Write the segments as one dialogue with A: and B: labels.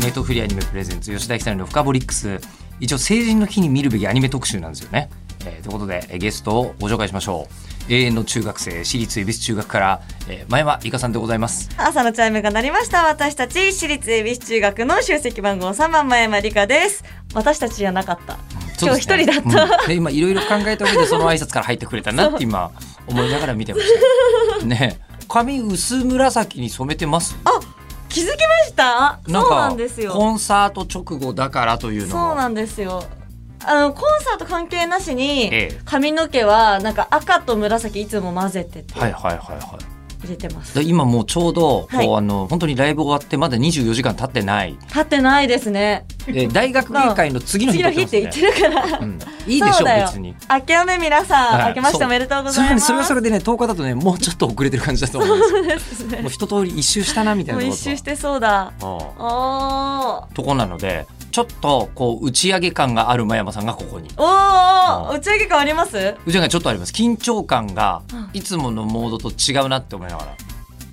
A: ネトフリアニメプレゼンツ吉田久典の深掘りックス一応成人の日に見るべきアニメ特集なんですよね、えーということでえーゲストをご紹介しましょう永遠の中学生私立恵比寿中学から、えー前はイカさんでございます
B: 朝のチャイムが鳴りました私たち私立恵比寿中学の集積番号3番前山理香です私たちじゃなかった今日一人だった、
A: た、うんで今いろいろ考えた上でその挨拶から入ってくれたなって今思いながら見てましたねえ髪薄紫に染めてます
B: あ気づきましたそうなんですよ
A: コンサート直後だからというのも
B: そうなんですよあのコンサート関係なしに
A: ええ
B: 髪の毛はなんか赤と紫いつも混ぜてて
A: はい
B: 入
A: はいはいはい
B: れてます、
A: で今もうちょうどこう、
B: はい
A: あの本当にライブ終わってまだ24時間経ってない、
B: 立ってないですね
A: え ー大学芸会の次の日
B: 次の日って言ってるから、
A: ますねうん、いいでし
B: そ
A: ょ
B: うだよ
A: 別に
B: 明けおめ皆さん、
A: はい
B: 明けまし
A: そ
B: て
A: う
B: おめでとうご
A: そ
B: ざい
A: れ
B: ます
A: それはそれでね10日だとねもうちょっと遅れてる感じだと思うん ですよ
B: ですね
A: もう一通り一周したなみたい
B: も
A: な
B: う
A: こと
B: 一周してそうだ
A: うん
B: おー
A: とこなのでちょっとこう打ち上げ感がある真山さんがここに
B: おーおー打ち上げ感あります
A: 打ち上げちょっとあります緊張感が
B: うん
A: いつものモードと違うなって思いながら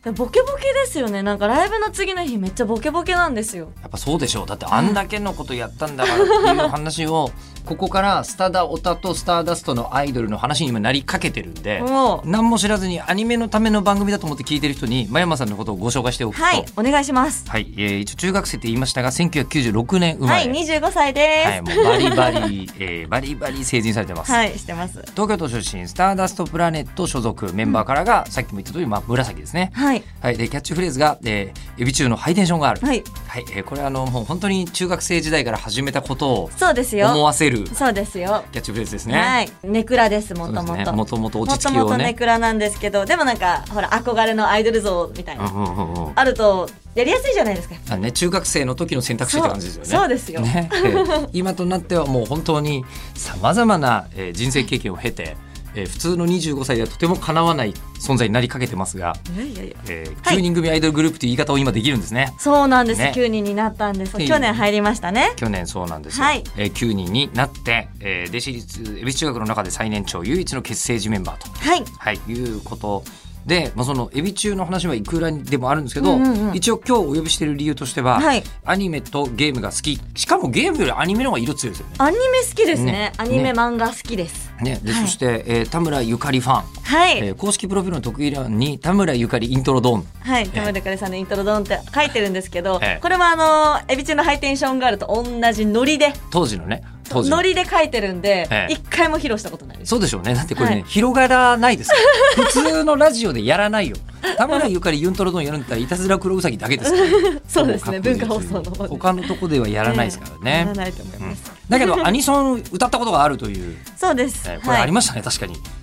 B: でもボケボケですよねなんかライブの次の日めっちゃボケボケなんですよ
A: やっぱそうでしょうだってあんだけのことやったんだからっていう話をここからスタダオタとスターダストのアイドルの話に今なりかけてるんで
B: もう
A: 何も知らずにアニメのための番組だと思って聞いてる人に真山さんのことをご紹介しておくと、
B: はいお願いします
A: はいえー一応中学生って言いましたが1996年生ま
B: は
A: れ、
B: い25歳で
A: はいもうバリバ リ、えーバリバリ成人されてます
B: す。はいしてます
A: 東京都出身スターダストプラネット所属メンバーからが、さっきも言った通り、まあ、紫ですね、
B: はい
A: はい、でキャッチフレーズが「えーエビ中のハイテンションがある」
B: はい
A: はいえーこれあのもう本当に中学生時代から始めたことを
B: そうです
A: 思
B: よ
A: わせるキ
B: そうですよ
A: ャッチフレーズですね。
B: はいネクラです
A: そ
B: も
A: うで
B: と
A: す
B: も
A: ね
B: と
A: も
B: も
A: ともと落ち
B: と
A: 着き
B: も
A: を
B: とネ
A: ね。
B: クラなんですけどでもなんかほら憧れのアイドル像みたい
A: うん
B: な
A: うんうんうん
B: あるとやりやすいじゃないですか
A: あのね、中学生の時の選択肢って感じですよね。
B: そうそうですよ
A: ね、え ー今となってはもう本当にさまざまな、えー人生経験を経て、えー普通の25歳ではとてもかなわない存在になりかけてますが、
B: いやいやいや
A: えー
B: はい
A: 9人組アイドルグループという言い方を今できるんですね。
B: そうなんです
A: ね
B: 9人になったんです
A: っていう
B: 去年入りましたね
A: 去年そうなんですよ、
B: はい
A: えー9人になって、えー、弟子立恵比寿中学の中で最年長唯一の結成時メンバーと、
B: はい
A: はい、いうことで、まあ、その恵比中の話はいくらにでもあるんですけど、
B: うんうんうん
A: 一応今日お呼びしている理由としては、
B: はい
A: アニメとゲームが好きしかもゲームよりアニメの方が色強いですよね。
B: アニメ好きです
A: ね
B: ねアニ
A: ね
B: メ漫画好きです
A: ね、で
B: はい
A: そして、えー田村ゆかりファン、
B: はい
A: えー公式プロフィールの得意欄に「田村ゆかりイントロドーン」
B: はい、田村かりさんのイントロドンって書いてるんですけど、
A: ええ
B: これもあのエビ中のハイテンションガールと同じノリで
A: 当時のね当時の
B: ノリで書いてるんで
A: ええ
B: 一、回も披露したことないです。
A: そうでしょうね。だってこれね、
B: はい
A: 広がらないですよ。普通のラジオでやらないよ。田村ゆかりユントロドンやるんだったらいたずら黒ウサギだけですから。
B: そうですね、
A: 過去
B: 文
A: に
B: 化放送の方で。
A: 他のとこではやらないですから
B: ええや
A: ね
B: ら。ないと思います。
A: だけどアニソン歌ったことがあるという、
B: そうです。
A: えーこれあり
B: ま
A: ましたね、確かに。えー
B: ありましたね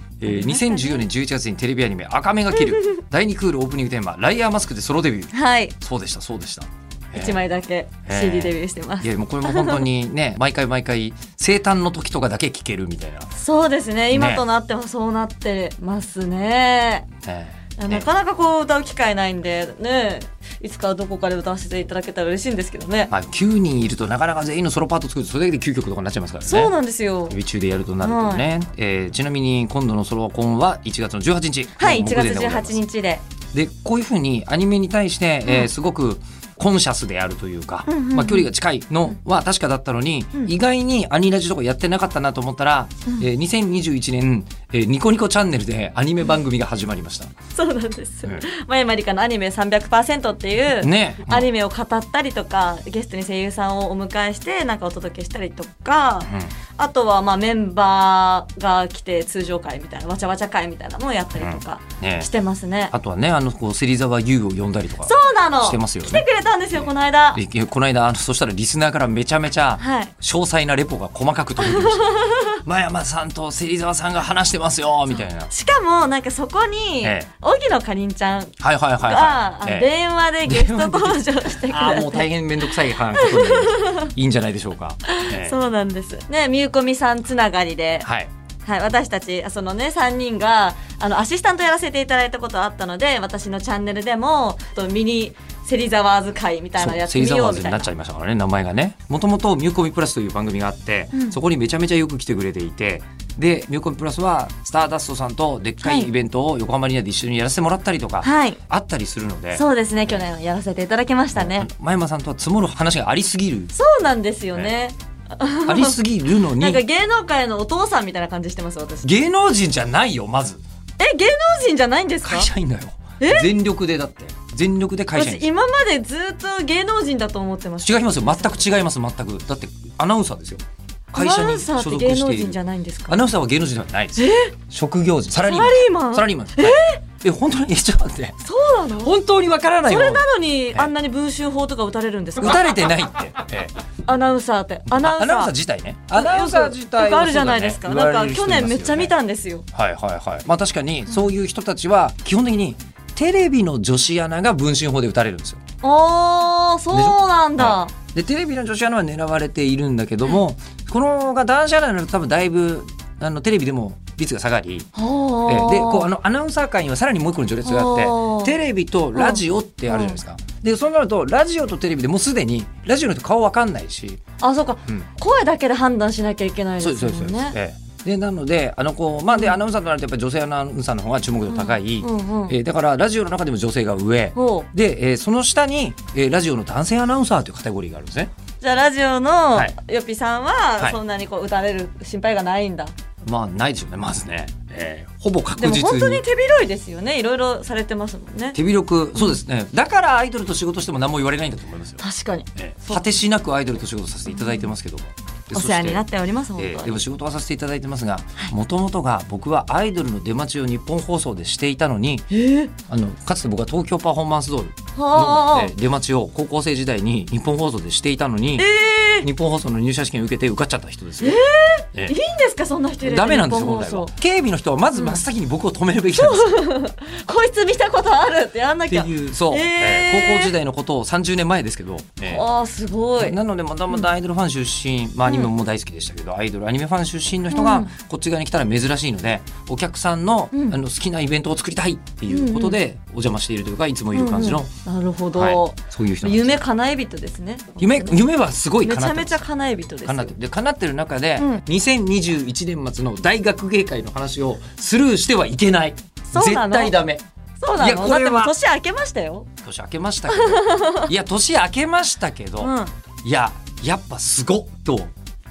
A: 2014年11月にテレビアニメ「赤目が切 る」第2クールオープニングテーマ「ライアーマスク」でソロデビュー
B: す。はい、一、
A: そうでしたそうでした、えー
B: 枚だけ
A: ええ
B: CD デビューしてます。
A: いやもうこれも本当にね 毎回毎回生誕の時とかだけ聴けるみたいな、
B: そうですね、今となってはそうなってますね。
A: えー
B: な
A: ね
B: かなかこう歌う機会ないんで、ね、いつかどこかで歌わせていただけたら嬉しいんですけどね。
A: まあ、9人いるとなかなか全員のソロパート作るとそれだけで9曲とかになっちゃいますからね。
B: そうなんですよ。
A: 指中でやるとなるとね、えーちなみに今度のソロコンは1月の18日
B: はい、
A: もう
B: 1
A: 目
B: 月
A: 前でございます
B: 18日で。
A: でこういうふうにアニメに対して、えー
B: うん
A: すごくコンシャスであるというか、
B: うんうんうん
A: まあ、距離が近いのは確かだったのに、
B: うん
A: 意外にアニラジとかやってなかったなと思ったら、
B: うん
A: えー2021年、えーニコニコチャンネルでアニメ番組が始まりました。
B: そうなんです。
A: うん
B: まやまりかのアニメ300%っていう、
A: ね、
B: アニメを語ったりとか、ゲストに声優さんをお迎えしてなんかお届けしたりとか、
A: う
B: あとはまあメンバーが来て通常会みたいなわちゃわちゃ会みたいなのをやったりとか
A: んね
B: してますね。
A: あとはねあのこう芹沢優を呼んだりとか
B: そうなの
A: してますよね
B: 来てくれたんですよこの間。
A: でこの間あのそしたらリスナーからめちゃめちゃ
B: はい
A: 詳細なレポが細かく届いてまし 真山さんと芹沢さんが話してますよみたいな。
B: しかもなんかそこに
A: ええ
B: 荻野かりんちゃん
A: はいはいはい
B: が
A: は
B: あ
A: い。
B: の
A: ええ
B: 電話でゲスト登場してくれて
A: あーもう大変面倒くさい話ことになりますいいんじゃないでしょう か。ええ
B: そうなんですねみゆこみさんつながりで、
A: はい。
B: はい、私たちそのね3人があのアシスタントやらせていただいたことあったので私のチャンネルでもとミニ芹沢図会みたいなのやって
A: セ
B: み
A: リザ
B: よ
A: ワー
B: うみ
A: ズ
B: た
A: に
B: い
A: な
B: な
A: っちゃいましたからね名前がねもともと「ミューコミプラス」という番組があって、
B: うん
A: そこにめちゃめちゃよく来てくれていてで「ミューコミプラス」はスターダストさんとでっかい
B: はい
A: イベントを横浜アリーナで一緒にやらせてもらったりとか、
B: はい
A: あったりするので、
B: そうですね去年やらせていただきました
A: あの
B: ね
A: 前山さんとは積もる話がありすぎ る
B: そうなんですよね
A: ありすぎるの
B: なんか
A: に
B: 芸能界のお父さんみたいな感じしてます私
A: 芸能人じゃないよまず
B: え芸能人じゃないんですか
A: 会社員だよ全力でだって全力で会社員
B: 私今までずっと芸能人だと思ってました
A: 違いますよ全く違います全くだってアナウンサーですよ会
B: ア
A: 社
B: ナウ
A: に
B: ン
A: 所
B: サー
A: 属
B: っ
A: して
B: て
A: い
B: 芸
A: る
B: 能人じゃないんです
A: ア
B: か
A: ナウンサーは芸能人ではないです。職業人、サラリーマン。
B: サ
A: サラ
B: ラ
A: リーマンです。はいえ、本当に、 え、ちょっと待って。
B: そうなの
A: 本当にわからない
B: そ
A: よ。
B: れなのに
A: え
B: あんなに文春法とか打たれるんです
A: 打
B: か
A: たれてないって。 ええ
B: アナウンサーってア
A: ア
B: ナウンサー
A: 自体ね。アナウンサー自体は
B: よくあるじゃないですか、
A: そうだね
B: なんか去年めっちゃ見。たんですよ
A: 言われる人いますよねはいはいはい。まあ確かに、そういう人たちは、基本的に、テレビの女子アナが文春法で打たれるんですよ。
B: あーそうなんだ、
A: で、テレビの女子アナは狙われているんだけども、このが男子アナになると多分だいぶ、あの、テレビでも率が下がり、
B: は
A: え
B: あ
A: えでこうあのアナウンサー界にはさらにもう一個の序列が
B: あ
A: あっ
B: ー
A: てテレビとラジオってあるじゃないですか。でそうなるとラジオとテレビでもうすでにラジオの人顔わかんないし、
B: あそうか、
A: うん
B: 声だけで判断しなきゃいけないです
A: そう
B: も
A: んで
B: ね
A: すそうですそうです。ええでなのであのこうまあでアナウンサーとなるとやっぱり女性アナウンサーの方が注目度高い、
B: うんうん
A: ええだからラジオの中でも女性が上
B: ほう
A: で、ええその下に、ええラジオの男性アナウンサーというカテゴリーがあるんですね。
B: じゃあラジオの
A: はい
B: よぴさん
A: は
B: はいそんなにこう打たれる心配がないんだ、
A: まあないでしょうねまずね、ええほぼ確
B: で
A: 実
B: も
A: に。
B: 本当に手広いですよねいろいろされてますもんね
A: 手広くそうですねだからアイドルと仕事しても何も言われないんだと思いますよ。
B: 確かに
A: ええ果てしなくアイドルと仕事させていただいてますけどもで
B: お世話になっ
A: そして
B: おります本
A: ええ
B: 当
A: で
B: に、
A: も仕事はさせていただいてますがもともとが僕はアイドルの出待ちを日本放送でしていたのにあのかつて僕は東京パフォーマンスドールの
B: はあ
A: ええ出待ちを高校生時代に日本放送でしていたのに
B: え
A: 日本放送の入社試験受けて受かっちゃった人ですよ。え
B: えいいんですかそんな人入
A: え
B: れて
A: ダメなんですよ
B: 日本
A: 本
B: 放
A: 来は
B: 送
A: 警備の人はまず真っ先に僕を止めるべきなんですよ
B: こいつ見たことあるってやんな
A: って
B: きゃ
A: いうそう、
B: え
A: え
B: え
A: え高校時代のことを30年前ですけど、ええ
B: あーすごい
A: なのでまたまたアイドルファン出身、まあ、アニメも大好きでしたけど、アイドルアニメファン出身の人
B: う
A: が
B: ん
A: こっち側に来たら珍しいのでお客さんの,、
B: うん
A: あの好きなイベントを作りたいっていうことでお邪魔しているというかいつもいる感じの、
B: うんうんなるほど、
A: はい、そういう人なんです
B: 夢叶え人ですね
A: 夢
B: 本当に
A: 夢はすごい
B: め
A: 叶
B: ちゃ
A: って
B: め
A: ま
B: ちゃ
A: す
B: 叶え人ですよ
A: 叶ってるで叶ってる中で、
B: うん
A: 2021年末の大学芸会の話をスルーしてはいけない
B: そうなの
A: 絶対ダメ
B: そうない
A: や
B: の
A: こ
B: だっ
A: れ
B: て
A: は
B: もう年明けましたよ、
A: 年明けま したけどいや年明けましたけど、
B: うん、
A: いややっぱすごっと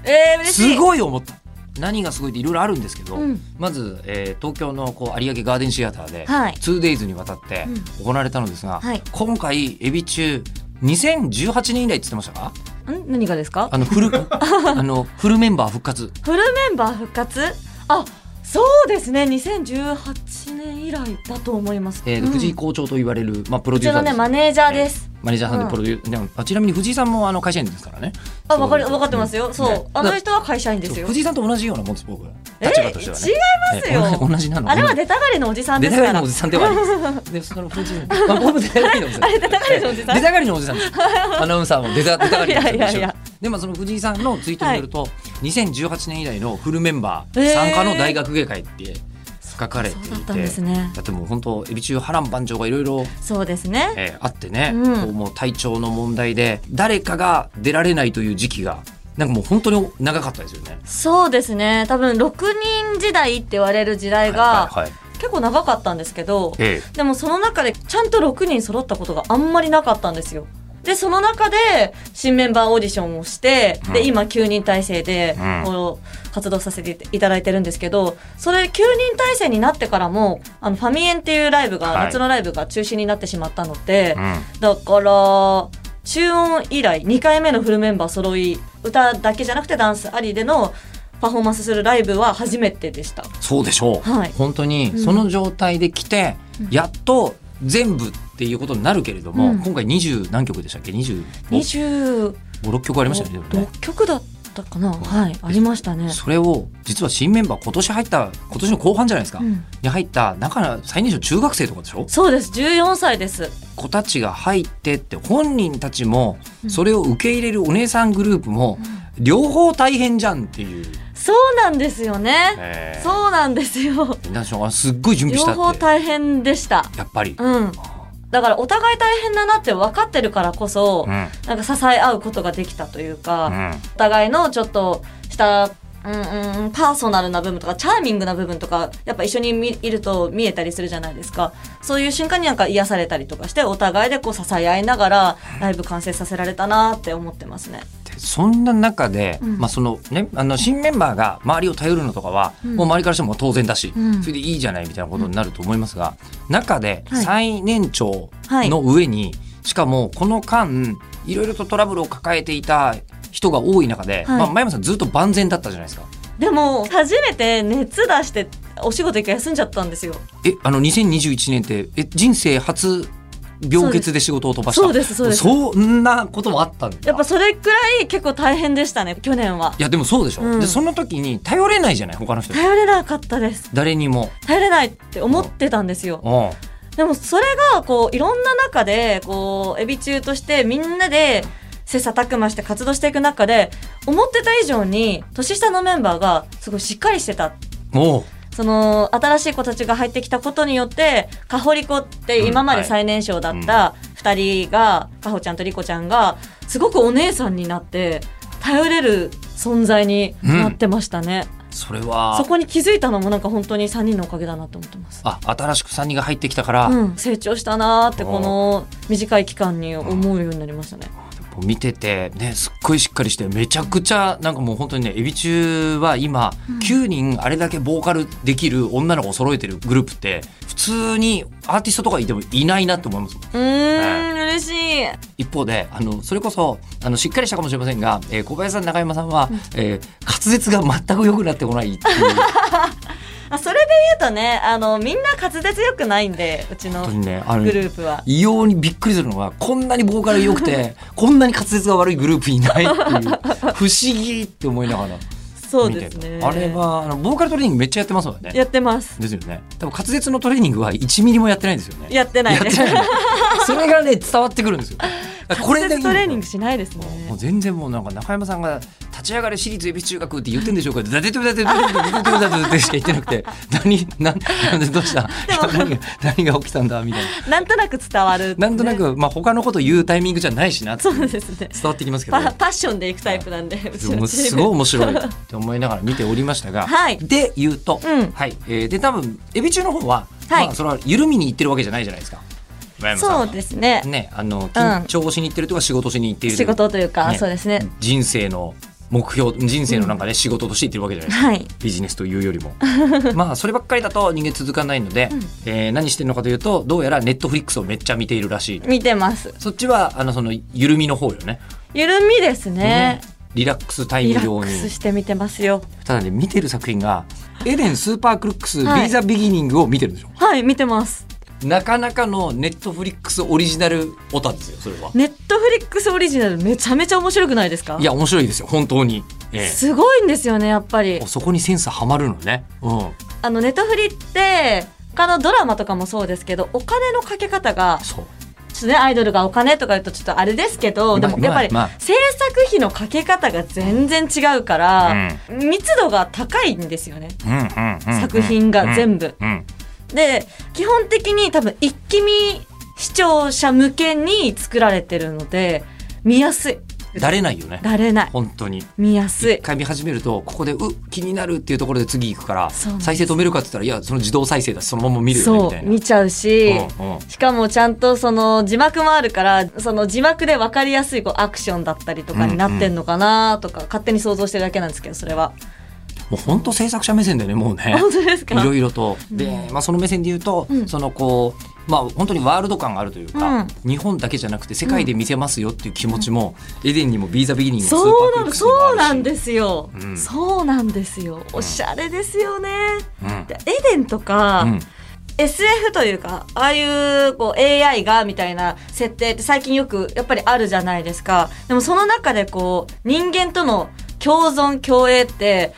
B: えー、嬉しい
A: すごい思った何がすごいっていろいろあるんですけど、
B: うん
A: まず、えー東京のこう有明ガーデンシアターで
B: はい
A: 2days にわたって行われたのですが、
B: はい
A: 今回エビ中2018年以来って言ってましたか
B: ん何がですか
A: あの フルあのフルメンバー復活
B: フルメンバー復活あそうですね2018年以来だと思います、
A: えー
B: うん
A: 藤井校長と言われる、まあ、プロ
B: う
A: デュ
B: ち
A: ーサ
B: の
A: ーで
B: ね
A: す、
B: マネージャーです、
A: マネージャーさんでプロデュー、でもあちなみに藤井さんもあの会社員ですからね
B: あ分かり分かってますよ、そう、
A: ね
B: あの人は会社員で
A: そう
B: すよ
A: 藤井さんと同じようなもんです僕ら
B: えー
A: 立場としてはね
B: 違いますよ
A: えー同じ同じなの
B: あれは出たがりのおじさん
A: 出
B: です
A: たがり
B: から
A: のおじさんではあ ります。で、そのプロデューサーまあ僕も出たがりのおじさん。
B: あれ出たがりのおじさん
A: 出たがりのおじさんです。アナウンサーも出た出たがりのおじさん
B: いや
A: でし
B: いやい
A: ょ
B: や。
A: で、まあその藤井さんのツイートによると、2018年以来のフルメンバ
B: へ
A: ー
B: ー
A: 参加の大学芸会って書かれてい
B: そうだったんです
A: て、
B: ね
A: だってもう本当エビ中波乱万丈がいろいろ。
B: そうですね
A: えーあってね、
B: うん
A: こうもう体調の問題で誰かが出られないという時期がなんかもう本当に長かったですよね。
B: そうですね多分6人時代って言われる時代
A: は
B: が
A: いはいはい
B: 結構長かったんですけど
A: ええ
B: でもその中でちゃんと6人揃ったことがあんまりなかったんですよでその中で新メンバーオーディションをして、
A: うん
B: で今9人体制で
A: うん
B: こう活動させていただいてるんですけどそれ9人体制になってからもあのファミエンっていうライブが、
A: はい
B: 夏のライブが中止になってしまったので、
A: うん
B: だから中音以来2回目のフルメンバー揃い歌だけじゃなくてダンスありでのパフォーマンスするライブは初めてでした
A: そうでしょう、
B: はい
A: 本当に
B: ん
A: その状態で来て、やっと全部っていうことになるけれども、
B: うん
A: 今回20何曲でしたっけ2 5
B: 26
A: 6曲ありましたよねでもね
B: 曲だっったかなはいありましたね
A: それを実は新メンバー今年入った今年の後半じゃないですか、
B: うん
A: に入っただから最年少中学生とかでしょ
B: そうです14歳です
A: 子たちが入ってって本人たちも
B: うん
A: それを受け入れるお姉さんグループも両方大変じゃんっていう、
B: そうなんですよね
A: う
B: そうなんですよ
A: みんなそうあすっごい準備し
B: 両
A: た
B: 方
A: って
B: 大変でした
A: やっぱり、
B: うんだからお互い大変だなって分かってるからこそ、
A: うん
B: なんか支え合うことができたというか、
A: うん
B: お互いのちょっとした、うんうん、パーソナルな部分とかチャーミングな部分とかやっぱ一緒に見いると見えたりするじゃないですかそういう瞬間になんか癒されたりとかしてお互いでこう支え合いながらライブ完成させられたなって思ってますね。
A: でそんな中で、
B: うん
A: まあそのね、あの新メンバーが周りを頼るのとかは、
B: うん
A: もう周りからしても当然だし、
B: うん
A: それでいいじゃないみたいなことになると思いますが、中で
B: はい
A: 最年長の上に、しかもこの間いろいろとトラブルを抱えていた人が多い中で、
B: はい
A: まあ、真山さんずっと万全だったじゃないですか。
B: でも初めて熱出してお仕事一回休んじゃったんですよ。
A: えあの2021年ってえ人生初病欠で仕事を飛ばした
B: そうですそうです
A: そんなこともあったんだ。
B: やっぱそれくらい結構大変でしたね去年はい
A: やでもそうでしょ、
B: うん
A: でその時に頼れないじゃない他の人
B: 頼れなかったです。
A: 誰にも。
B: 頼れないって思ってたんですよ。
A: うん
B: でもそれがこういろんな中でこうエビ中としてみんなで切磋琢磨して活動していく中で思ってた以上に年下のメンバーがすごいしっかりしてた。
A: おう
B: その新しい子たちが入ってきたことによってカホリコって今まで最年少だった2人がカホちゃんとリコちゃんがすごくお姉さんになって頼れる存在になってましたね、
A: それは
B: そこに気づいたのもなんか本当に3人のおかげだなと思ってます
A: あ新しく3人が入ってきたから、
B: うん、成長したなーって
A: うん
B: この短い期間に思うようになりましたね。
A: 見てて、ね、すっごいしっかりしてめちゃくちゃなんかもう本当にねエビ中は今、
B: ん
A: 9人あれだけボーカルできる女の子を揃えてるグループって普通にアーティストとかいてもいないなって思います
B: うーん、嬉しい。
A: 一方であのそれこそあのしっかりしたかもしれませんが、えー小林さん中山さんは、えー滑舌が全く良くなってこないっていう
B: あ、それで言うとね、あの、みんな滑舌良くないんで、うちの
A: 本当にねあの
B: グループは。
A: 異様にびっくりするのはこんなにボーカル良く てこんなに滑舌が悪いグループいないっていう不思議って思いながら。
B: そうです
A: 見
B: ね
A: て。るあれ。はあのボーカルトレーニングめっちゃやってますもんね
B: やってます。
A: ですよね多分滑舌のトレーニングは1ミリもやってないんですよね
B: やってない
A: や
B: で
A: って
B: す。
A: ないそれがね伝わってくるんですよだからこ
B: 滑
A: れでい
B: 舌
A: い
B: トレーニング
A: グ
B: しないですね
A: もう。全然もうなんか中山さんが「立ち上がれ私立恵比寿中学」って言ってんでしょうかって「だててだててだててだててだてて」しか言ってなくて「何何どうした何が何が起きたんだ」みたいな
B: なんとなく伝わる。
A: なんとな
B: ね。
A: くまあ他のこと言うタイミングじゃないしなって
B: そ
A: いう
B: う
A: 伝
B: ですね。
A: わってき ますけど
B: パパッションでいくタイプなんで、うち
A: も
B: の
A: う
B: チーム
A: すごい面白いって思いながら見ておりましたが、
B: はい
A: で言うと、
B: うん
A: はいえーで多分エビ中の方は、
B: はい
A: まあ、それは緩みに行ってるわけじゃないじゃないですか。
B: そうですね。
A: ねあの緊張しに行ってるとか仕事しに行っていると
B: 仕
A: いうか
B: 事というか、
A: ね
B: そうですね。
A: 人生の目標人生のなんかね、仕事として行ってるわけじゃないですか。
B: はい。
A: ビジネスというよりもまあそればっかりだと人間続かないので、
B: うん
A: えー何してるのかというとどうやらネットフリックスをめっちゃ見ているらしい
B: 見てます。
A: そっちはあのその緩みの方よね
B: 緩みですね。
A: リラックスタイ
B: リ
A: ム
B: ラ
A: 用
B: ック
A: に
B: スして見てますよ。
A: ただね見てる作品が「エレン・スーパークルックス・ビ
B: はい
A: ーザ・ビギニング」を見てるんでしょ、
B: はい、見てます。
A: なかなかのネットフリックスオリジナルオタですよそれは、
B: ネットフリックスオリジナルめちゃめちゃ面白くないですか
A: いや面白いですよ本当に、ええ
B: すごいんですよね、やっぱり
A: お。そこにセンスはまるのね、うん、
B: あの、ネットフリって、他のドラマとかもそうですけど、お金のかけ方が、
A: そう
B: ちょっとね、アイドルがお金とか言うとちょっとあれですけど、で
A: まあ
B: もやっぱり、
A: まあまあ
B: 制作費のかけ方が全然違うから、密度が高いんですよね。
A: うんうんうんうん
B: 作品が全部
A: うんうん
B: で、基本的に多分、一気見視聴者向けに作られてるので、見やすい。
A: だれないよね
B: だれない。
A: 本当に
B: 見やす
A: 一
B: い。
A: 回見始めるとここでう気になるっていうところで次行くから
B: そうなんです
A: 再生止めるかって言ったらいやその自動再生だしそのまま見るよねみ
B: そ
A: た
B: う
A: いな
B: 見ちゃうし、
A: うんうん
B: しかもちゃんとその字幕もあるからその字幕で分かりやすいこうアクションだったりとかになってんのかなとか、勝手に想像してるだけなんですけどそれは
A: もう本当制作者目線だよねもうね
B: 本当です
A: い
B: か
A: ろいろと。
B: うん
A: で、まあ、その目線で言うと、
B: うん
A: そのこう、まあ、本当にワールド感があるというか、日本だけじゃなくて世界で見せますよっていう気持ちも、エデンにもビーザビギニングもスーパ
B: そう
A: ー
B: な
A: クリッ
B: の
A: クスにも
B: そう
A: ある
B: な
A: し
B: んですよ、
A: うん
B: そうなんですよおしゃれですよね、
A: うん
B: でエデンとか、
A: うん
B: SF というかああいうこう AI がみたいな設定って最近よくやっぱりあるじゃないですかでもその中でこう人間との共存共栄って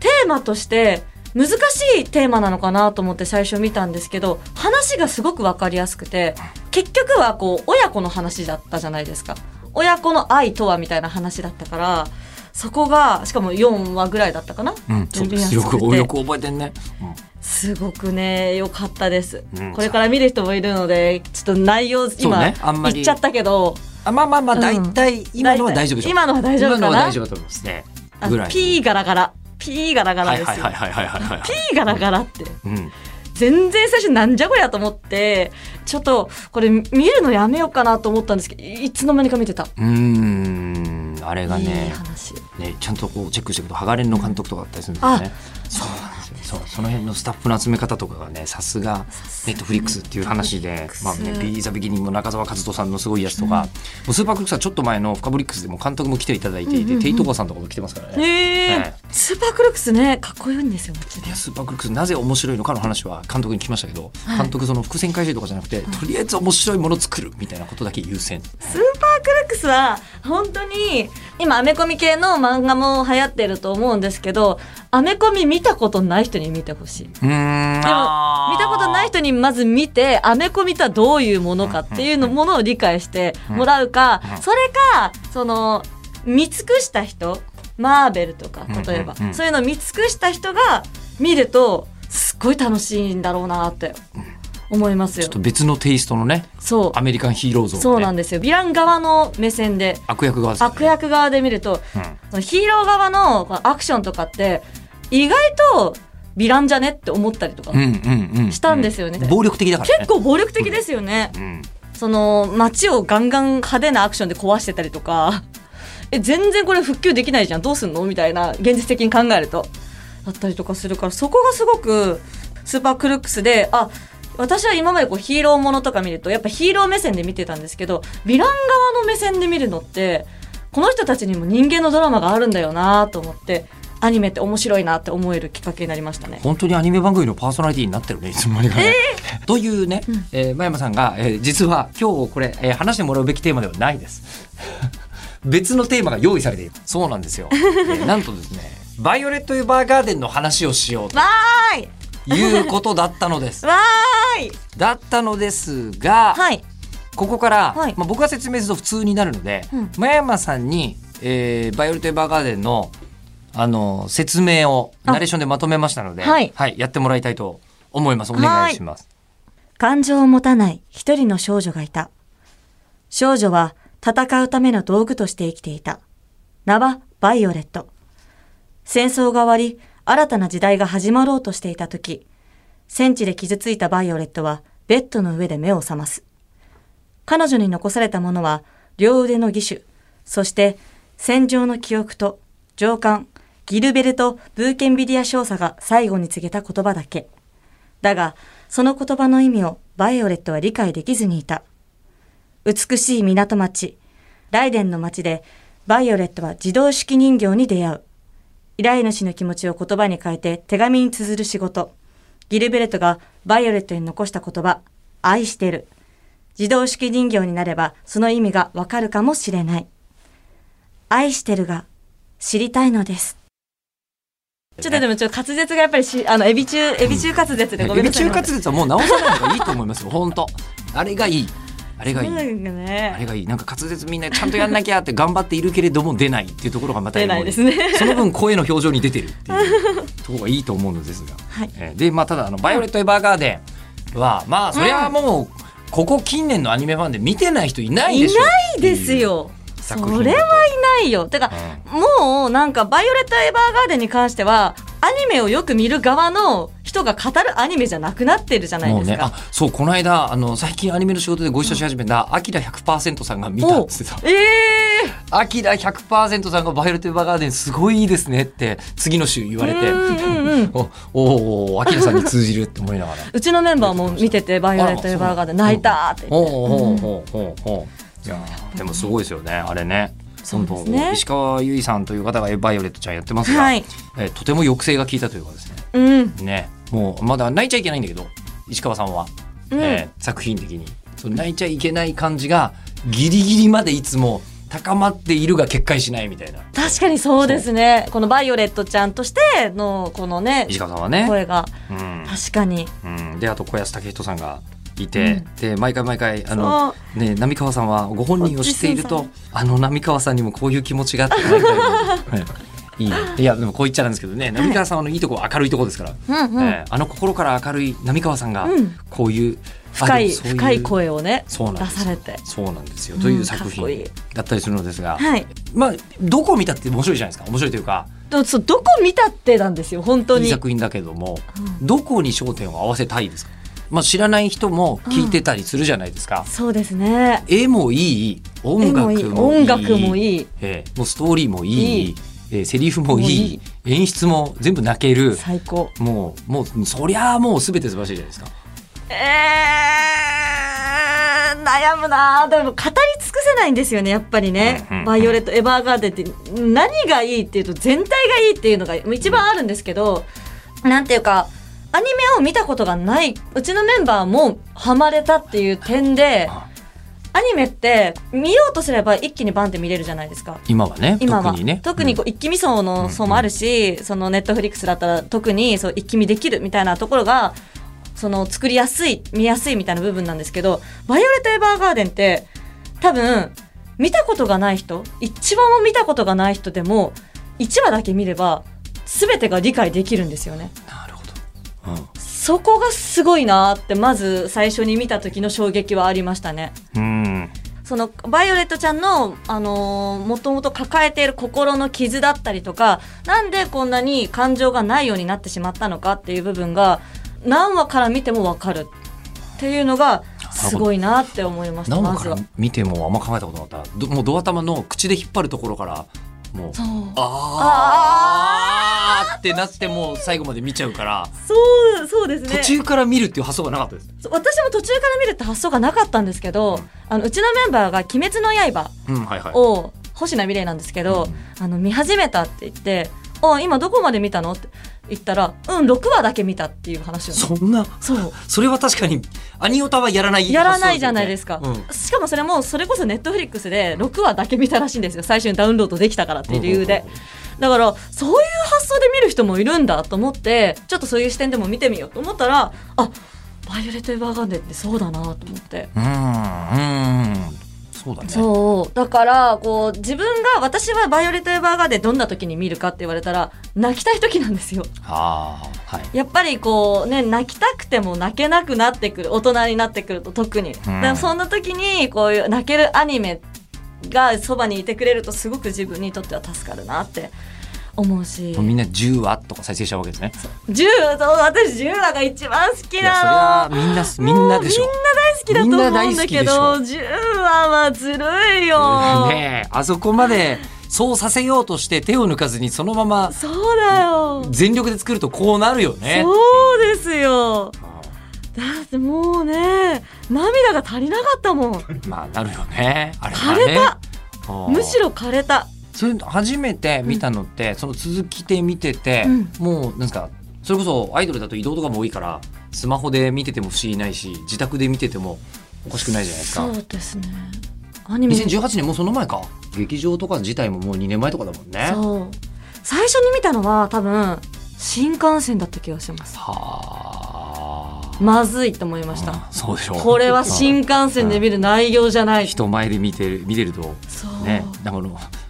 B: テーマとして難しいテーマなのかなと思って最初見たんですけど話がすごく分かりやすくて結局はこう親子の話だったじゃないですか親子の愛とはみたいな話だったからそこがしかも4話ぐらいだったかな、
A: うん、そうです。よ
B: 読
A: く、
B: みや
A: よ
B: すくて
A: く覚えてんね。うん
B: すごくね良かったです、
A: うん
B: これから見る人もいるのでちょっと内容
A: そう
B: 今、
A: ねあんまり
B: 言っちゃったけど
A: あ、まあまあまあ、
B: うん
A: 大体、今のは大丈夫でしょう。
B: 今のは大丈夫かな
A: 今のは大丈夫だと思いますね。
B: あ
A: ぐらい。
B: ピーガラガラピーガラガラ
A: は
B: で
A: い
B: すよ、
A: はいはいはいはいはいはい。
B: ピーガラガラって
A: うん。
B: 全然最初なんじゃこりゃと思ってちょっとこれ見るのやめようかなと思ったんですけどいいつの間にか見てた、
A: うーん、あれが
B: いい
A: ね、
B: 話
A: ね、ちゃんとこうチェックしていくと、ハガレンの監督とかだったりするんですよね。そうなんですよ。そう、その辺のスタッフの集め方とかがね、さすがネットフリックスっていう話で、まあね、ビーザビギニングの中澤和人さんのすごいやつとか、もうスーパークリックスはちょっと前のフカブリックスでも監督も来ていただいていて、テイトコさんとかも来てますからね。
B: えー
A: え
B: スーパークルックスねかっこよいんですよマジで
A: いやスーパークルックスなぜ面白いのかの話は監督に聞きましたけど、
B: はい
A: 監督その伏線回収とかじゃなくて、とりあえず面白いもの作るみたいなことだけ優先
B: スーパークルックスは本当に今アメコミ系の漫画も流行ってると思うんですけどアメコミ見たことない人に見てほしい。で
A: うーんで
B: も見たことない人にまず見てアメコミとはどういうものかっていうのものを理解してもらうか
A: うん
B: それかその見尽くした人マーベルとか例えば
A: うんうんうん
B: そういうのを見尽くした人が見るとすっごい楽しいんだろうなって思います
A: ちょ
B: よ
A: っ。と別のテイストのね
B: そう
A: アメリカンヒーロー像、ね、
B: そうなんですよ。ヴィラン側の目線で
A: 悪役側ですよね
B: 悪役側で見ると、
A: うん
B: そのヒーロー側のこのアクションとかって、意外とヴィランじゃねって思ったりとか、
A: うんうんうん、
B: したんですよね
A: うん暴力的だからね
B: 結構暴力的ですよね。
A: うん
B: その、街をガンガン派手なアクションで壊してたりとか、え、全然これ復旧できないじゃん、どうすんのみたいな、現実的に考えると。だったりとかするから、そこがすごく、スーパークルックスで、あ、私は今までこうヒーローものとか見ると、やっぱヒーロー目線で見てたんですけど、ヴィラン側の目線で見るのって、この人たちにも人間のドラマがあるんだよなと思って、アニメって面白いなって思えるきっかけになりましたね。
A: 本当にアニメ番組のパーソナリティになってるねいつの間にかね。 というね、えー、真山さんが、えー実は今日これ、えー話してもらうべきテーマではないです。 別のテーマが用意されている。そうなんですよ。 えーなんとですね、バイオレット・ユーバーガーデンの話をしようと
B: わーい
A: いうことだったのです。
B: わーい
A: だったのです が、
B: はい。
A: ここから、
B: はい
A: まあ、僕が説明すると普通になるので、
B: うん
A: 真山さんに、えーバイオレット・エヴァーガーデンのあの説明をナレーションでまとめましたので、
B: あはい
A: やってもらいたいと思います。お願いします。
B: 感情を持たない一人の少女がいた。少女は戦うための道具として生きていた。名はバイオレット。戦争が終わり、新たな時代が始まろうとしていた時、戦地で傷ついたバイオレットはベッドの上で目を覚ます。彼女に残されたものは両腕の義手、そして戦場の記憶と上官、ギルベルト・ブーケンビディア少佐が最後に告げた言葉だけ。だが、その言葉の意味をバイオレットは理解できずにいた。美しい港町、ライデンの町で、バイオレットは自動式人形に出会う。依頼主の気持ちを言葉に変えて手紙に綴る仕事。ギルベルトがバイオレットに残した言葉、愛してる。自動式人形になればその意味がわかるかもしれない。愛してるが知りたいのです。ちょっとでもちょっと滑舌がやっぱりし、あの、エビ中、エビ中滑舌でごめ
A: エ
B: ん
A: ビ
B: なさい。
A: 中活舌はもう直さない方がいいと思いますよ。本当。あれがいい。あれがいい。
B: そうだ
A: あれ
B: ね。
A: がいい。なんか滑舌みんなちゃんとやんなきゃって頑張っているけれども出ないっていうところがまた
B: 出ないですね。
A: その分声の表情に出てるっていうところがいいと思うのですが。
B: はい。
A: えーでまあただあの「バイオレット・エヴァーガーデンは」まあそれはもう、ここ近年のアニメファンで見てない人いないでしょ
B: いですよ。そ
A: 作品
B: れはいないよ。てか、もうなんか、バイオレット・エヴァーガーデンに関しては、アニメをよく見る側の人が語るアニメじゃなくなってるじゃない
A: も
B: で
A: う
B: す
A: ねあ
B: か。
A: そうこの間あの最近アニメの仕事でご一緒し始めたアキラ100%さんが見たっ
B: お
A: つってた
B: ええ
A: 「
B: ー
A: アキラ100%さんがバイオレット・エヴァーガーデンすごいいいですね」って次の週言われて
B: うんうんうん。
A: おおおアキラさんに通じるって思いながら
B: うちのメンバーも見てて、バイオレット・エヴァーガーデン泣いたーって言
A: お
B: っ
A: う
B: て。
A: おうおうおうおうおういやーでもすごいですよねあれね。
B: そうですね
A: 本当石川由依さんという方がバイオレットちゃんやってますが、
B: はい。
A: えーとても抑制が効いたというかですね
B: うん。
A: ねもうまだ泣いちゃいけないんだけど石川さんは、
B: うん
A: えー作品的にその泣いちゃいけない感じがギリギリまでいつも
C: 高まっているが決壊しないみたいな。
B: 確かにそうですねこのバイオレットちゃんとしてのこのね
A: 石川さんはね。
B: 声が
A: うん
B: 確かに
A: うん、であと小安武人さんがいて、で毎回毎回あの
B: そ、
A: ね、浪川さんはご本人を知っているとあの浪川さんにもこういう気持ちがあって 毎回はいいいねいやでもこう言っちゃなんですけどね浪川さんはあのいいとこ明るいとこですから、
B: うんうん
A: えーあの心から明るい浪川さんが
B: うん
A: こういう、あ
B: 深
A: で
B: い
A: もそうう
B: 深い声をね
A: そうなんで
B: 出
A: す
B: されて
A: そうなんですよ
B: うん
A: という作
B: かっこい
A: 品
B: い
A: だったりするのですが、
B: はい
A: まあどこ見たって面白いじゃないですか面白いというか
B: でもそうどこ見たってなんですよ本当
A: いい
B: に
A: 作品だけども、どこに焦点を合わせたいですか、まあ、知らない人も聞いてたりするじゃないですか、
B: そうですね
A: 絵もいい音
B: 絵
A: 楽
B: も
A: もい
B: い
A: い
B: い音楽も
A: い、
B: いい
A: ええもうストーリーもいい
B: いい
A: えーセリフもいい
B: も
A: 演出も全部泣ける
B: 最高
A: もうもうそりゃあもう全て素晴らしいじゃないですか
B: えー、悩むなでも語り尽くせないんですよねやっぱりね
A: うんうんうん
B: 「バイオレット・エヴァーガーデン」って何がいいっていうと全体がいいっていうのが一番あるんですけどなんていうかアニメを見たことがないうちのメンバーもハマれたっていう点でアニメって見ようとすれば一気にバンって見れるじゃないですか。
A: 今はね
B: 今は
A: 特にね
B: こう一気見層の層もあるし、そのネットフリックスだったら特にそう一気見できるみたいなところがその作りやすい見やすいみたいな部分なんですけど「バイオレット・エヴァーガーデン」って多分見たことがない人一話も見たことがない人でも1話だけ見れば全てが理解できるんですよね。
A: うんなるほど、うん
B: そこがすごいなってまず最初に見た時の衝撃はありましたね。
A: うん
B: そのバイオレットちゃんの、あのー、もともと抱えている心の傷だったりとか、なんでこんなに感情がないようになってしまったのかっていう部分が、何話から見てもわかるっていうのが、すごいなって思いました、
A: 何
B: ま
A: 話
B: ず
A: から
B: は。
A: 見てもあんま考えたことなかったどもうドア玉の口で引っ張るところからもう
B: そう。
A: あーってなってもう最後まで見ちゃうから
B: そう、そうですね。
A: 途中から見るっていう発想がなかったです。
B: そう私も途中から見るって発想がなかったんですけど、あの、うちのメンバーが鬼滅の刃
A: うんはいはい。
B: を、星名美玲なんですけど、あの、見始めたって言って、あ、今どこまで見たのって言ったら、うん、6話だけ見たっていう話を。
A: そんな
B: そう。
A: それは確かにアニオタはやらない
B: やらないじゃないですか、
A: うん
B: しかもそれもそれこそネットフリックスで6話だけ見たらしいんですよ最初にダウンロードできたからっていう理由で、だからそういう発想で見る人もいるんだと思ってちょっとそういう視点でも見てみようと思ったらあバイオレット・エヴァーガンデンってそうだなと思って。
A: うんうんそうだね。
B: そうだからこう自分が私は「バイオレット・エヴァーガーデン」どんな時に見るかって言われたら泣きたい時なんですよ
A: ああはい。
B: やっぱりこうね泣きたくても泣けなくなってくる大人になってくると特に、
A: うん
B: でもそんな時にこういう泣けるアニメがそばにいてくれるとすごく自分にとっては助かるなって思うし
A: もうみんな10話とか再生しちゃうわけですね。
B: 10私10話が一番好き
A: いや
B: な
A: そ
B: の
A: れはみんなみんなでしょ
B: もう。みんな大好きだと思うんだけ
A: みんな大
B: ど10話はずるいよ、
A: ねえあそこまでそうさせようとして手を抜かずにそのまま
B: そうだよ、
A: 全力で作るとこうなるよね。
B: そうですよだってもうね涙が足りなかったもん
A: まあなるよね。あれは
B: 枯
A: ね
B: れた
A: うん
B: むしろ枯れた
A: それ初めて見たのって、その続きで見てて、
B: うん
A: もうなんですかそれこそアイドルだと移動とかも多いからスマホで見てても不思議ないし自宅で見ててもおかしくないじゃないですか
B: そうですねアニメ
A: 2018年もうその前か劇場とか自体ももう2年前とかだもんね
B: そう最初に見たのは多分新幹線だった気がします
A: はあ
B: まずいと思いました
A: うんそうでしょう
B: これは新幹線で見る内容じゃない
A: 人前で見てる見れると
B: そう、
A: ねだから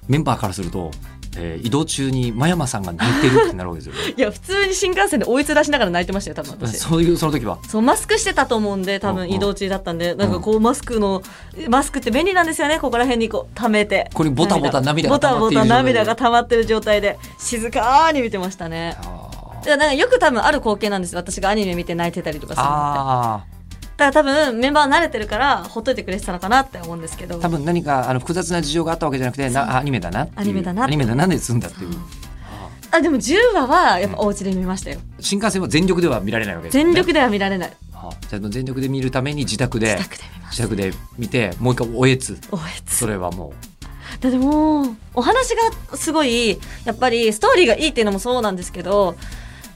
A: メンバーからすると、えー移動中に真山さんが泣いてるってなるわけですよね
B: いや普通に新幹線で追いつらしながら泣いてましたよ多分私
A: そういうその時は
B: そうマスクしてたと思うんで多
A: うん
B: 分
A: うん
B: 移動中だったんで、なんかこうマスクのマスクって便利なんですよねここら辺にこう溜めて
A: ここにボタボタ涙が溜まっている状
B: ボタボタ
A: 態で
B: 涙が溜まってる状態で静かに見てましたね
A: あ
B: だからなんかよく多分ある光景なんですよ私がアニメ見て泣いてたりとかするのって
A: あ
B: だから多分メンバーは慣れてるからほっといてくれてたのかなって思うんですけど
A: 多分何かあの複雑な事情があったわけじゃなくてなあアニメだなっていう
B: アニメだな
A: アニメだなで済んだっていう
B: あでも10話はやっぱお家で見ましたよ、
A: 新幹線は全力では見られないわけですね
B: 全力では見られない
A: あじゃあ全力で見るために自宅で
B: 自宅で見ま
A: 自
B: す
A: 宅で見てもう一回おえつ
B: おやつ
A: それはも
B: だってもうお話がすごいやっぱりストーリーがいいっていうのもそうなんですけど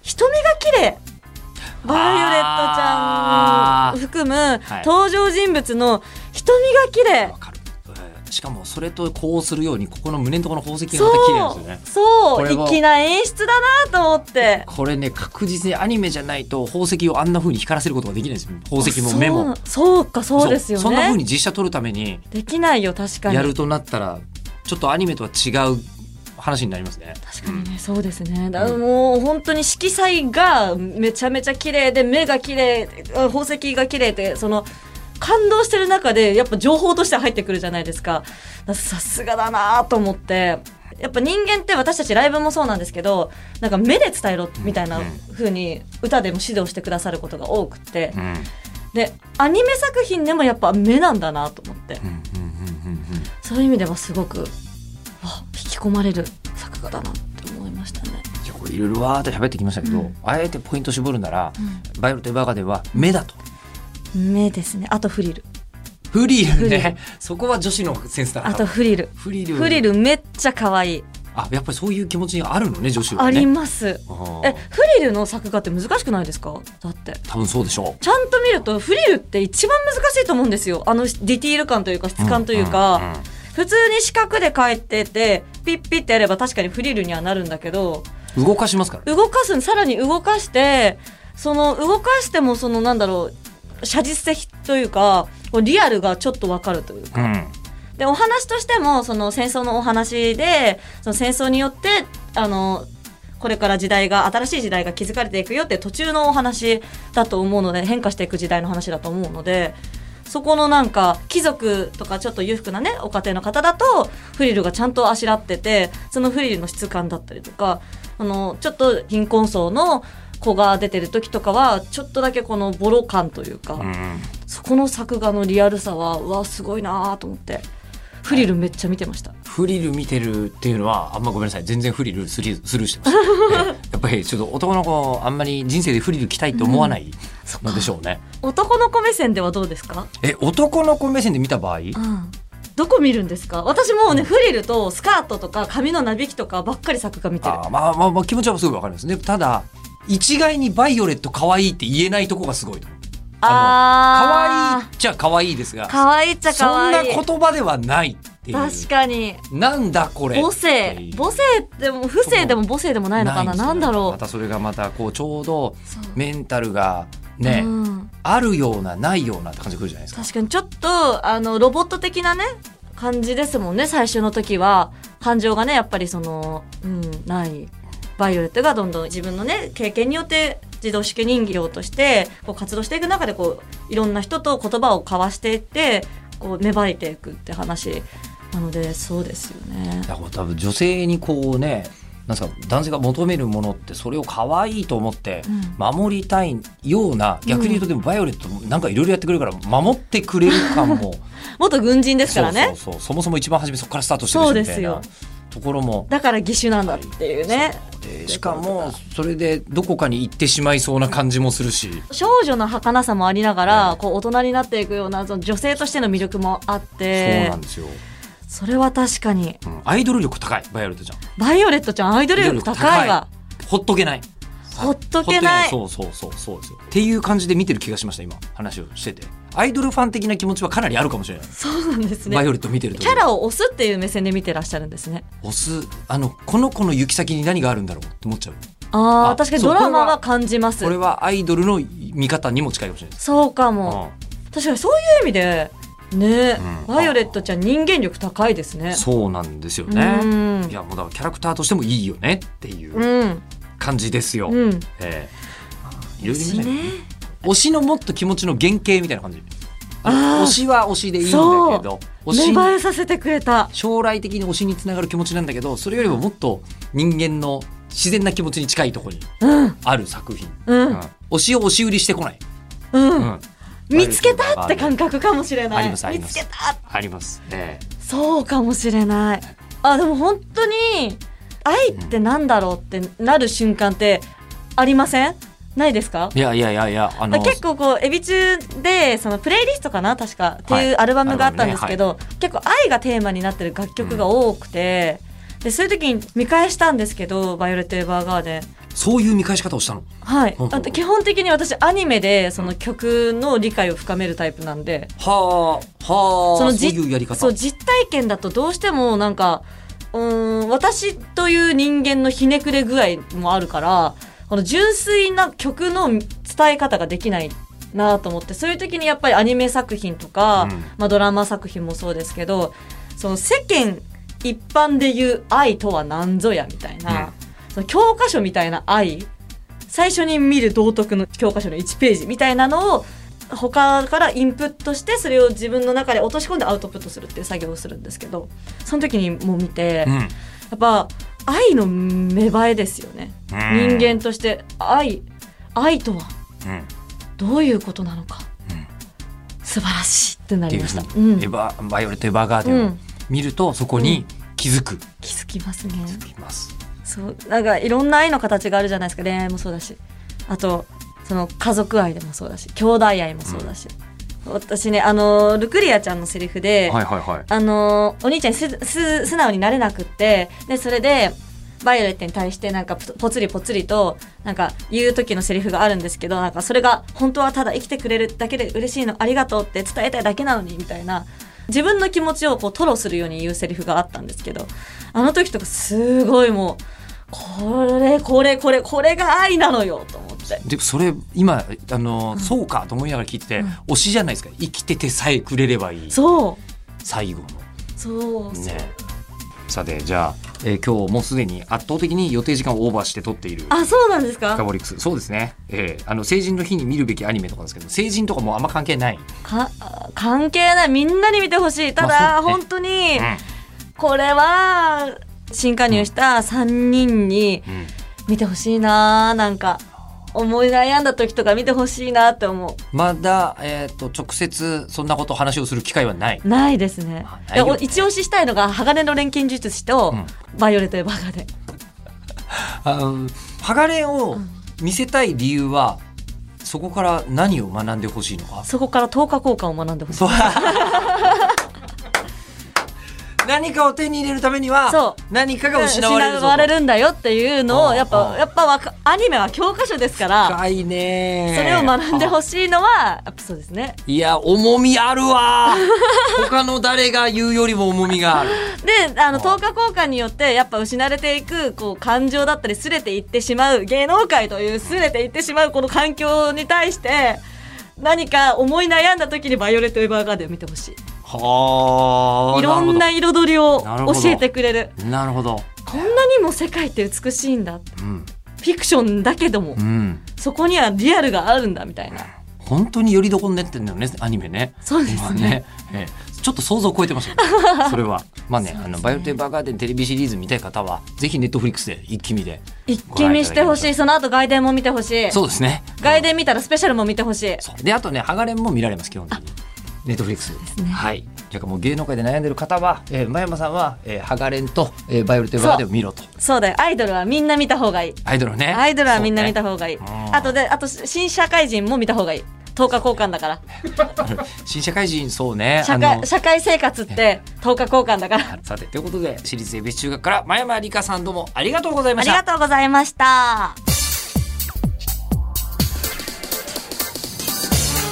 B: 瞳が綺麗バイオレットちゃん
A: あー
B: 含む
A: はい
B: 登場人物の瞳が綺
A: う
B: 麗
A: わかる、えしかもそれと呼応するようにここの胸のところの宝石がまた綺麗なん
B: そ
A: ですよね
B: うそ
A: こ
B: う
A: れは
B: 粋な演出だなと思って
A: これね確実にアニメじゃないと宝石をあんな風に光らせることができないんですよ宝石も目も
B: そうそうかそうですよ
A: そんな風
B: ね
A: に実写撮るために
B: できないよ確かに
A: やるとなったらちょっとアニメとは違う話になりますね
B: 確かにね、そうですね。だもう本当に色彩がめちゃめちゃ綺麗で、目が綺麗、あ宝石が綺麗で、その、感動してる中で、やっぱ情報として入ってくるじゃないですか。だからさすがだなと思って。やっぱ人間って私たちライブもそうなんですけど、なんか目で伝えろみたいな風に歌でも指導してくださることが多くて
D: う、んうん
B: で、アニメ作品でもやっぱ目なんだなと思って、
D: うんうんうんうん
B: そういう意味ではすごく、あ引き込まれる作画だなって思いましたね。
D: いやこれいろいろわーって喋ってきましたけど、
B: うん
A: あえてポイント絞るなら
B: う
A: 「
B: ん
A: バイオレット・エヴァーガーデン」は目だと
B: 目ですねあとフリル
A: フリル
B: フリル
A: ねそこは女子のセンスだな
B: あとフリル
A: フリル
B: フリルめっちゃ可愛い
A: あやっぱりそういう気持ちがあるのね女子は
B: あ
A: ね
B: ります
A: あー
B: えフリルの作画って難しくないですかだって
A: 多分そうでしょ
B: ちゃんと見るとフリルって一番難しいと思うんですよあのディティール感というか質
A: う
B: 感というか、
A: んんん
B: 普通に四角で描いててピッピってやれば確かにフリルにはなるんだけど
A: 動かしますから
B: 動かすさらに動かしてその動かしてもそのなんだろう写実的というかこうリアルがちょっとわかるというか
D: うん
B: でお話としてもその戦争のお話でその戦争によってあのこれから時代が新しい時代が築かれていくよって途中のお話だと思うので変化していく時代の話だと思うのでそこのなんか貴族とかちょっと裕福なねお家庭の方だとフリルがちゃんとあしらっててそのフリルの質感だったりとかあのちょっと貧困層の子が出てる時とかはちょっとだけこのボロ感というか。
D: うん
B: そこの作画のリアルさはうわすごいなーと思ってフリルめっちゃ見てました、
A: フリル見てるっていうのはあんまごめんなさい全然フリルスリスルーしてますやっぱりちょっと男の子あんまり人生でフリル着たいと思わないのでしょうね、
B: 男の子目線ではどうですか、
A: え男の子目線で見た場合
B: うん、どこ見るんですか私もうねフリルとスカートとか髪のなびきとかばっかり作画見てる
A: あーまあまあまあ気持ちはすぐわかりますねただ一概にバイオレット可愛いって言えないとこがすごいと可愛い
B: あ
A: っちゃ可愛いですが
B: ー可愛いっちゃ
A: そ
B: 可
A: んな
B: 愛い
A: 言葉ではないっていう
B: 確かに
A: なんだこれ
B: 母
A: ってい
B: 性
A: う
B: 母性でも不性でも母性でもないのかな
A: ですよ
B: なんだろ
A: またそれがまたこうちょうど
B: うそう
A: メンタルがね、
B: うん
A: あるようなないようなって感じくるじゃないですか。
B: 確かにちょっとあのロボット的なね感じですもんね最初の時は感情がねやっぱりそのうんないバイオレットがどんどん自分のね経験によって自動手記人形としてこう活動していく中でこういろんな人と言葉を交わしていってこう芽生えていくって話なのでそうですよね。
A: だから多分女性にこうねなんですか男性が求めるものってそれを可愛いと思って
B: うん
A: 守りたいような、逆に言うとでもバイオレットもなんかいろいろやってくれるから守ってくれる感も
B: 元軍人 ですからね
A: そうそうそうそもそも一番初めそこからスタートしてるしみたい
B: そう
A: な
B: で
A: ところも
B: だから義手なんだっていうね。
A: でしかもそれでどこかに行ってしまいそうな感じもするし
B: 少女の儚さもありながら、
A: うん
B: こう大人になっていくようなその女性としての魅力もあっ
A: そう
B: て
A: なんですよ、
B: それは確かに
A: うんアイドル力高いバイオレットちゃん
B: バイオレットちゃんアイドル力高いわ
A: ほっとけない
B: ほっとけない
A: ほっとそうそうそうそうですよっていう感じで見てる気がしました今話をしててアイドルファン的な気持ちはかなりあるかもしれない、
B: そうなんです
A: バイ
B: ね
A: オレット見てると
B: キャラを押すっていう目線で見てらっしゃるんですね
A: オスあのこの子の行き先に何があるんだろうって思っちゃう
B: ああ
A: あ
B: 確かに
A: そう
B: ドラマは感じます
A: これはアイドルの見方にも近いかもしれないです、
B: そうか
A: う
B: も確かにそういう意味でね、
A: うん
B: バイオレットちゃん人間力高いですね
A: んそうなんですよ
B: う
A: ね
B: ん
A: いやもうだからキャラクターとしてもいいよねっていううん感じですよ、
B: うん
A: ええいろいろ見ま
B: し
A: したけど
B: ね
A: 推しのもっと気持ちの原型みたいな感じあの
B: あー
A: 推しは推しでいいんだけど推
B: 芽
A: し
B: 生えさせてくれた
A: 将来的に推しにつながる気持ちなんだけどそれよりももっと人間の自然な気持ちに近いところに
B: うん
A: ある作品、
B: う
A: うんん推しを推し売りしてこない、
B: うん、
A: うん
B: 見つけたって感覚かもしれな
A: あ
B: い
A: りますあり
B: 見
A: ま
B: つ
A: す
B: けた
A: ありますね
B: そうかもしれない。あ、でも本当に、愛ってなんだろうってなる瞬間ってありませんないですか
A: いやいやいやいやあの
B: 結構こう、エビ中で、そのプレイリストかな確か。っていうアルバムがあったんですけど、結構愛がテーマになってる楽曲が多くて、で、そういう時に見返したんですけど、バイオレット・エヴァーガーデン。
A: そういう見返し方をしたの
B: はい
A: ほう。ほ
B: あ
A: う
B: と基本的に私アニメでその曲の理解を深めるタイプなんで、
A: はあはあ
B: そ
A: そ
B: の
A: う
B: じ
A: いうやり方
B: そう実体体験だとどうしてもなんかうーん私という人間のひねくれ具合もあるからこの純粋な曲の伝え方ができないなと思ってそういう時にやっぱりアニメ作品とか、
A: うん
B: まあ、ドラマ作品もそうですけどその世間一般で言う愛とは何ぞやみたい
A: う
B: な、
A: ん
B: その教科書みたいな愛最初に見る道徳の教科書の1ページみたいなのを他からインプットしてそれを自分の中で落とし込んでアウトプットするっていう作業をするんですけどその時にもう見て、や
A: ん
B: っぱ愛の芽生えですよね、
A: うん
B: 人間として愛愛とは
A: うんっ
B: どういうことなのか、
A: うん
B: 素晴らしいってな
A: て
B: り
A: いう
B: まし
A: ふう
B: た、
A: に、
B: うん
A: エヴァバイオレット・エヴァーガーデン
B: う
A: を
B: ん
A: 見るとそこに気づく、
B: 気づきますね
A: 気づきます
B: そうなんかいろんな愛の形があるじゃないですか恋愛もそうだしあとその家族愛でもそうだし兄弟愛もそうだし、私ねあのルクリアちゃんのセリフで、
A: はいはいはい
B: あのお兄ちゃんにすす素直になれなくってでそれでバイオレットに対してなんかぽぽつりぽつりとなんか言う時のセリフがあるんですけどなんかそれが本当はただ生きてくれるだけで嬉しいのありがとうって伝えたいだけなのにみたいな自分の気持ちをこう吐露するように言うセリフがあったんですけどあの時とかすごいもうこれこれこれこれが愛なのよと思って
A: でそれ今あの、そうかと思いながら聞いてて、推しじゃないですか生きててさえくれればいい
B: そう
A: 最後の
B: そうそう、
A: ねさてじゃあ、えー今日もうすでに圧倒的に予定時間をオーバーして撮っている
B: あそうなんです
A: フカ
B: か
A: ボリックスそうですね、えーあの成人の日に見るべきアニメとかですけど成人とかもうあんま関係ない、
B: かあ関係ないみんなに見てほしいただ、
A: まあそうね
B: 本当に、これは新加入した3人に
A: うん
B: 見てほしいなーなんか思い悩んだ時とか見てほしいなって思
A: まだ、えー、と直接そんなこと話をする機会はないう
B: ないですね
A: あ
B: いや
A: ないよ
B: お一押ししたいのが鋼の錬金術師と、バイオレット・エヴァガで
A: あの鋼を見せたい理由は、そこから何を学んでほしいのか
B: そこから等価交換を学んでほしい
A: そう 何かを手に入れるために
B: そ
A: は何かが失われるぞ
B: 失われるんだよっていうの
A: あ
B: を
A: あ
B: やっ
A: あ
B: ぱ
A: あ
B: やっぱわかアニメは教科書ですから
A: 深いね
B: それを学んで
A: し
B: ほしいのはやっぱそうですね
A: いいや重みあるわ 他の誰が言うよりも重みがある
B: であの
A: あ
B: 等価交換によってやっぱ失われていくこう感情だったりすれていってしまう芸能界というすれていってしまうこの環境に対して何か思い悩んだ時に「バイオレット・エヴァーガーデン」を見てほしい
A: はあ
B: いろんな彩りを
A: なるほど
B: 教えてくれる
A: なるほど
B: こんなにも世界って美しいんだって
A: うん
B: フィクションだけども
A: うん
B: そこにはリアルがあるんだみたいな
A: 本当によりどころになってんだよねアニメね
B: そうですね
A: 今ええちょっと想像を超えてましたけ どそれはまあねあのバイオテーバーガーデンテレビシリーズ見たい方はぜひネットフリックスで一気見で
B: 一気見してほしいその後外伝も見てほしい
A: そうですね
B: 外伝見たらスペシャルも見てほしい
A: そうであとねハガレンも見られます基本的にネットフリックスはいじゃあもう芸能界で悩んでる方は、えー、真山さんは、えー、ハガレンと、えー、バイオレットエヴァーガーデンを見ろと
B: そうだよアイドルはみんな見た方がいい
A: アイドルね
B: アイドルはみんな見た
A: そうね
B: 方がいい。
A: うん
B: あとで、あと新社会人も見た方がいい。等価交換 だから。
A: 新社会人そうね
B: 社
A: あの
B: 会社会生活って等価交換だから。
A: さてということで私立恵比寿中学から真山理香さんどうもありがとうござい
B: あ
A: まし
B: り
A: た
B: がとうございました。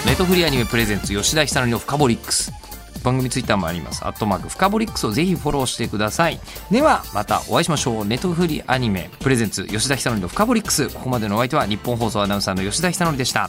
E: ネットフリーアニメプレゼンツ吉田ひさのりのフカボリックス番組ツイッターもありますアットマークフカボリックスをぜひフォローしてくださいではまたお会いしましょうネットフリーアニメプレゼンツ吉田ひさのりのフカボリックスここまでのお相手は日本放送アナウンサーの吉田ひさのりでした